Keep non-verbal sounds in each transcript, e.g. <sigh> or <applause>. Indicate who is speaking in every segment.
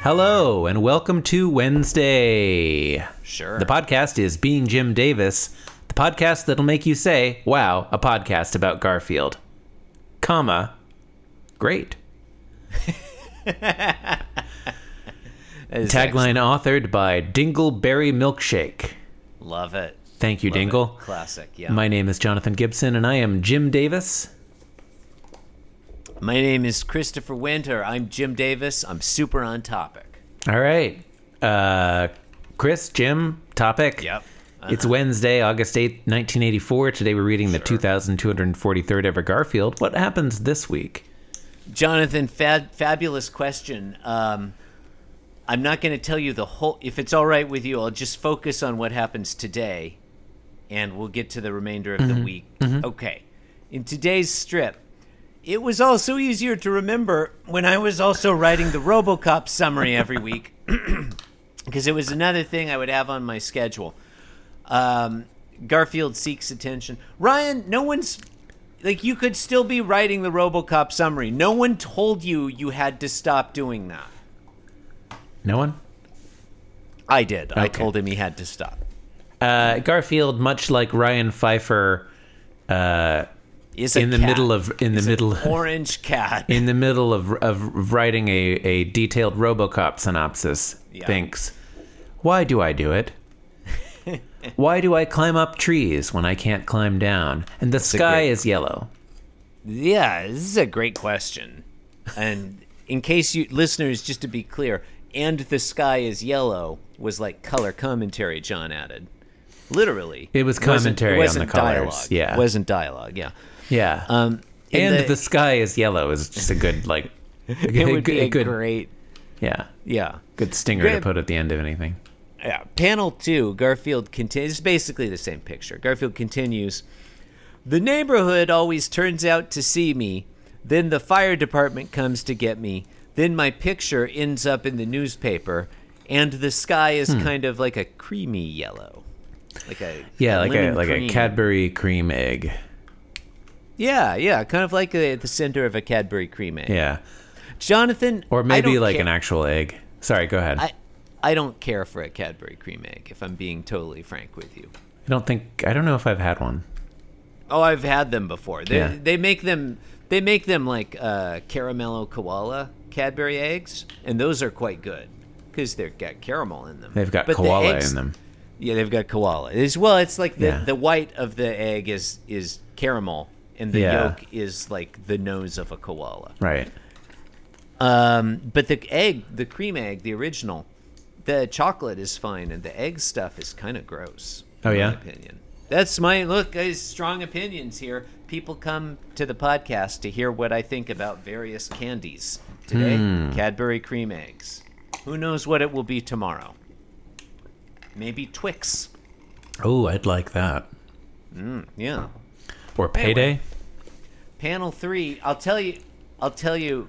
Speaker 1: Hello, and welcome to Wednesday.
Speaker 2: Sure.
Speaker 1: The podcast is Being Jim Davis, the podcast that'll make you say, wow, a podcast about Garfield, comma, great.
Speaker 2: That is
Speaker 1: Tagline authored by Dingleberry Milkshake.
Speaker 2: excellent. Love it.
Speaker 1: Thank you,
Speaker 2: Love
Speaker 1: Dingle.
Speaker 2: it. Classic. Yeah. My,
Speaker 1: My name is Jonathan Gibson, and I am Jim Davis.
Speaker 2: name is Christopher Winter. I'm Jim Davis. I'm super on topic.
Speaker 1: All right. Uh, Chris, Jim, topic.
Speaker 2: Yep.
Speaker 1: It's Wednesday, August 8th, 1984. Today we're reading the 2243rd ever Garfield. What happens this week?
Speaker 2: Jonathan, fab- fabulous question. Um, I'm not going to tell you the whole. If it's all right with you, I'll just focus on what happens today, and we'll get to the remainder of the week. Okay. In today's strip, it was also easier to remember when I was also writing the RoboCop summary every week, <clears throat> because it was another thing I would have on my schedule. Um, Garfield seeks attention. Ryan, no one's like you could still be writing the RoboCop summary. No one told you you had to stop doing that.
Speaker 1: No one?
Speaker 2: I did. I
Speaker 1: Okay.
Speaker 2: told him he had to stop.
Speaker 1: Uh, Garfield, much like Ryan Pfeiffer,
Speaker 2: Is
Speaker 1: in the middle of in the middle
Speaker 2: orange cat.
Speaker 1: <laughs> in the middle of of writing a, a detailed RoboCop synopsis,
Speaker 2: Yeah.
Speaker 1: thinks, "Why do I do
Speaker 2: <laughs>
Speaker 1: it? Why do I climb up trees when I can't climb down? And the
Speaker 2: a
Speaker 1: sky
Speaker 2: great-
Speaker 1: is yellow."
Speaker 2: yeah, this is a great question. And in case you listeners, just to be clear, and the sky is yellow was like color commentary. John added, literally.
Speaker 1: It was commentary
Speaker 2: it wasn't
Speaker 1: on the colors.
Speaker 2: Dialogue.
Speaker 1: Yeah,
Speaker 2: it wasn't dialogue. Yeah.
Speaker 1: yeah.
Speaker 2: Um, in
Speaker 1: and the, sky is yellow is just a good like.
Speaker 2: <laughs> it would
Speaker 1: good,
Speaker 2: be a
Speaker 1: good,
Speaker 2: great.
Speaker 1: yeah,
Speaker 2: Yeah.
Speaker 1: good stinger to
Speaker 2: Great-
Speaker 1: put at the end of anything.
Speaker 2: Yeah. Panel two, Garfield continues. basically the same picture. Garfield continues. The neighborhood always turns out to see me. Then the fire department comes to get me. Then my picture ends up in the newspaper, and the sky is
Speaker 1: Hmm.
Speaker 2: kind of like a creamy yellow, like a
Speaker 1: Yeah, like a
Speaker 2: lemon
Speaker 1: like
Speaker 2: cream.
Speaker 1: a Cadbury cream egg.
Speaker 2: Yeah, yeah, kind of like a, the center of a Cadbury cream egg.
Speaker 1: Yeah,
Speaker 2: Jonathan,
Speaker 1: or maybe like an
Speaker 2: an.
Speaker 1: actual egg. Sorry, go ahead.
Speaker 2: I, I don't care for a Cadbury cream egg, if I'm being totally frank with you.
Speaker 1: I don't think I don't know if I've had one.
Speaker 2: Oh, I've had them before. They,
Speaker 1: Yeah.
Speaker 2: they make them they make them like uh, caramello koala Cadbury eggs, and those are quite good because they've got caramel in them.
Speaker 1: They've got
Speaker 2: But the
Speaker 1: koala
Speaker 2: eggs-
Speaker 1: in them.
Speaker 2: Yeah, they've got koala. It's, well, it's like the,
Speaker 1: Yeah.
Speaker 2: the white of the egg is is caramel, and the
Speaker 1: Yeah.
Speaker 2: yolk is like the nose of a koala.
Speaker 1: Right.
Speaker 2: Um, but the egg, the cream egg, the original, the chocolate is fine, and the egg stuff is kind of gross.
Speaker 1: Oh,
Speaker 2: in
Speaker 1: yeah?
Speaker 2: my opinion. That's my look. Guys, strong opinions here. People come to the podcast to hear what I think about various candies. Today,
Speaker 1: Hmm.
Speaker 2: Cadbury cream eggs. Who knows what it will be tomorrow? Maybe Twix.
Speaker 1: Oh, I'd like that.
Speaker 2: Yeah.
Speaker 1: Or payday.
Speaker 2: panel three i'll tell you i'll tell you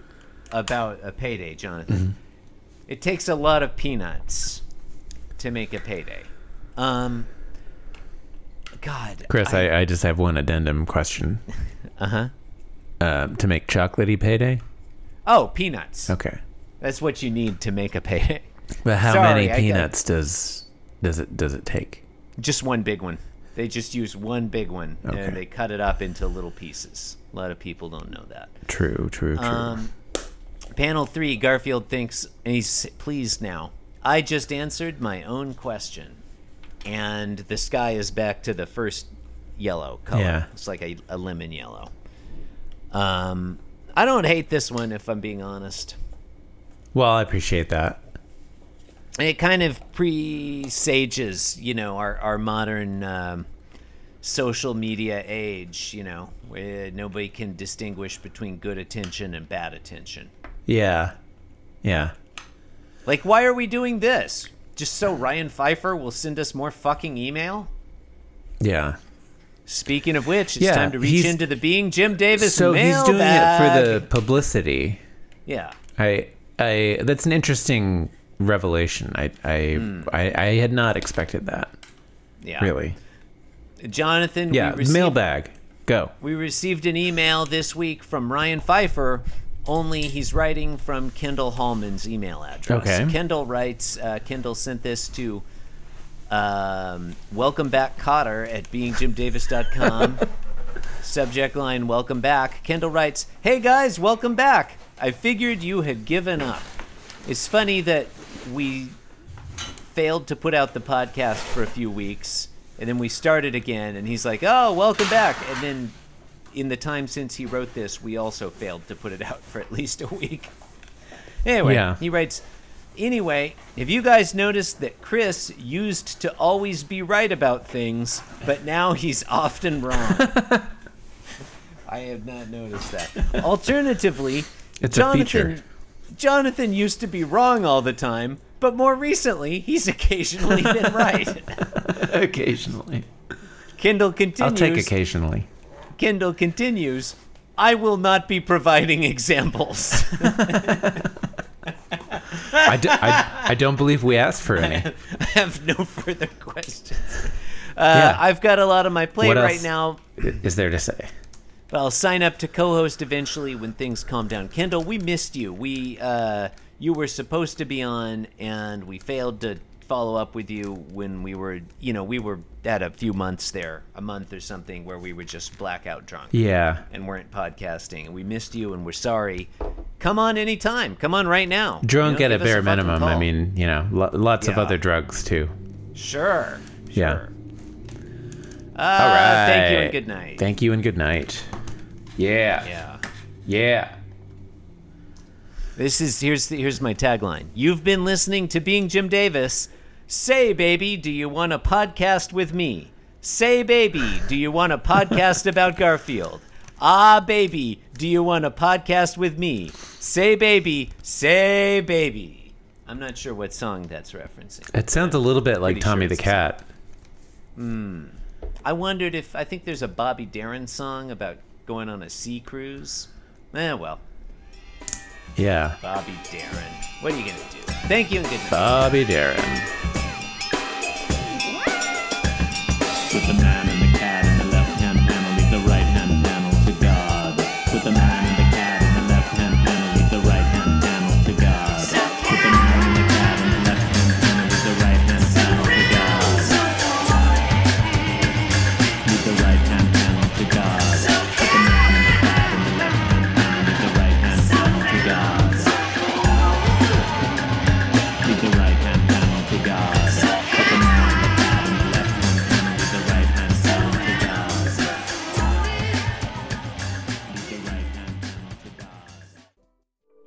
Speaker 2: about a payday jonathan
Speaker 1: Mm-hmm.
Speaker 2: it takes a lot of peanuts to make a payday um god
Speaker 1: Chris, I, I, just have one addendum question.
Speaker 2: uh-huh
Speaker 1: Uh, to make chocolatey payday.
Speaker 2: oh peanuts
Speaker 1: Okay.
Speaker 2: that's what you need to make a payday <laughs>
Speaker 1: But how
Speaker 2: Sorry, I
Speaker 1: many
Speaker 2: got-
Speaker 1: peanuts does does it does it take?
Speaker 2: just one big one they just use one big one
Speaker 1: Okay.
Speaker 2: and they cut it up into little pieces a lot of people don't know that
Speaker 1: True. True. True.
Speaker 2: Um, panel three, Garfield thinks, and he's pleased now. I just answered my own question. And the sky is back to the first yellow color.
Speaker 1: Yeah.
Speaker 2: It's like a, a lemon yellow. Um, I don't hate this one, if I'm being honest.
Speaker 1: well, I appreciate that.
Speaker 2: It kind of presages, you know, our, our modern um, social media age, you know, where nobody can distinguish between good attention and bad attention.
Speaker 1: Yeah. Yeah.
Speaker 2: Like, why are we doing this? Just so Ryan Pfeiffer will send us more fucking email?
Speaker 1: Yeah.
Speaker 2: Speaking of which, it's
Speaker 1: Yeah,
Speaker 2: time to reach
Speaker 1: he's-
Speaker 2: into the being Jim Davis
Speaker 1: So he's doing it
Speaker 2: mailbag.
Speaker 1: for the publicity.
Speaker 2: yeah.
Speaker 1: I I that's an interesting revelation. I I I, I had not expected that.
Speaker 2: Hmm. Yeah.
Speaker 1: Really.
Speaker 2: Jonathan,
Speaker 1: Yeah.
Speaker 2: we received, <laughs>
Speaker 1: mailbag. Go.
Speaker 2: We received an email this week from Ryan Pfeiffer Only he's writing from Kendall Hallman's email address.
Speaker 1: Okay.
Speaker 2: Kendall writes, uh, Kendall sent this to um, welcome back Cotter at beingjimdavis.com. Subject line, welcome back. Kendall writes, Hey guys, welcome back. I figured you had given up. It's funny that we failed to put out the podcast for a few weeks and then we started again and he's like oh welcome back and then in the time since he wrote this we also failed to put it out for at least a week anyway
Speaker 1: Yeah.
Speaker 2: he writes anyway have you guys noticed that chris used to always be right about things but now he's often wrong i have not noticed that alternatively
Speaker 1: It's a
Speaker 2: jonathan
Speaker 1: feature.
Speaker 2: Jonathan used to be wrong all the time, but more recently, he's occasionally been right.
Speaker 1: occasionally.
Speaker 2: Kendall continues.
Speaker 1: I'll take occasionally.
Speaker 2: Kendall continues. I will not be providing examples.
Speaker 1: I, do, I, I don't believe we asked for any.
Speaker 2: <laughs> I have no further questions. Uh,
Speaker 1: Yeah.
Speaker 2: I've got a lot on my plate
Speaker 1: What
Speaker 2: right
Speaker 1: else?
Speaker 2: now,
Speaker 1: Is there to say?
Speaker 2: but I'll sign up to co-host eventually when things calm down. Kendall, we missed you. We uh, you were supposed to be on, and we failed to follow up with you when we were, you know, we were at a few months there, a month or something, where we were just blackout drunk
Speaker 1: Yeah.
Speaker 2: and weren't podcasting. And we missed you, and we're sorry. Come on anytime. Come on right now.
Speaker 1: Drunk
Speaker 2: You know,
Speaker 1: at a
Speaker 2: give us
Speaker 1: bare
Speaker 2: fucking
Speaker 1: minimum. I
Speaker 2: call.
Speaker 1: mean, you know, lo- lots of
Speaker 2: Yeah.
Speaker 1: other drugs too.
Speaker 2: sure.
Speaker 1: Yeah.
Speaker 2: Sure. Uh, All right. Thank you and good night.
Speaker 1: Thank you and good night. Yeah.
Speaker 2: yeah.
Speaker 1: Yeah.
Speaker 2: This is here's the, here's my tagline. You've been listening to Being Jim Davis. Say, baby, do you want a podcast with me? Say, baby, do you want a podcast <laughs> about Garfield? Ah, baby, do you want a podcast with me? Say, baby, say, baby. I'm not sure what song that's referencing.
Speaker 1: It sounds a little bit like
Speaker 2: Pretty sure
Speaker 1: Tommy the
Speaker 2: it's-
Speaker 1: Cat.
Speaker 2: I wondered if I think there's a Bobby Darin song about going on a sea cruise. Eh, well,
Speaker 1: Yeah.
Speaker 2: Bobby Darin. What are you gonna do? Thank you and good night.
Speaker 1: Bobby Darin.
Speaker 3: With the man and the cat in the left hand panel, leave the right hand panel to God. With the man and the cat in the left hand panel, leave the right hand panel to God. With the man and the cat in the left hand panel, leave the right hand panel to God. Leave the right hand panel to God. With the man and the cat in the left hand panel, leave the right hand panel to God. Leave the right hand panel to God. With the man and the cat in the left hand panel, leave the right hand panel to God. Leave the right hand panel to God.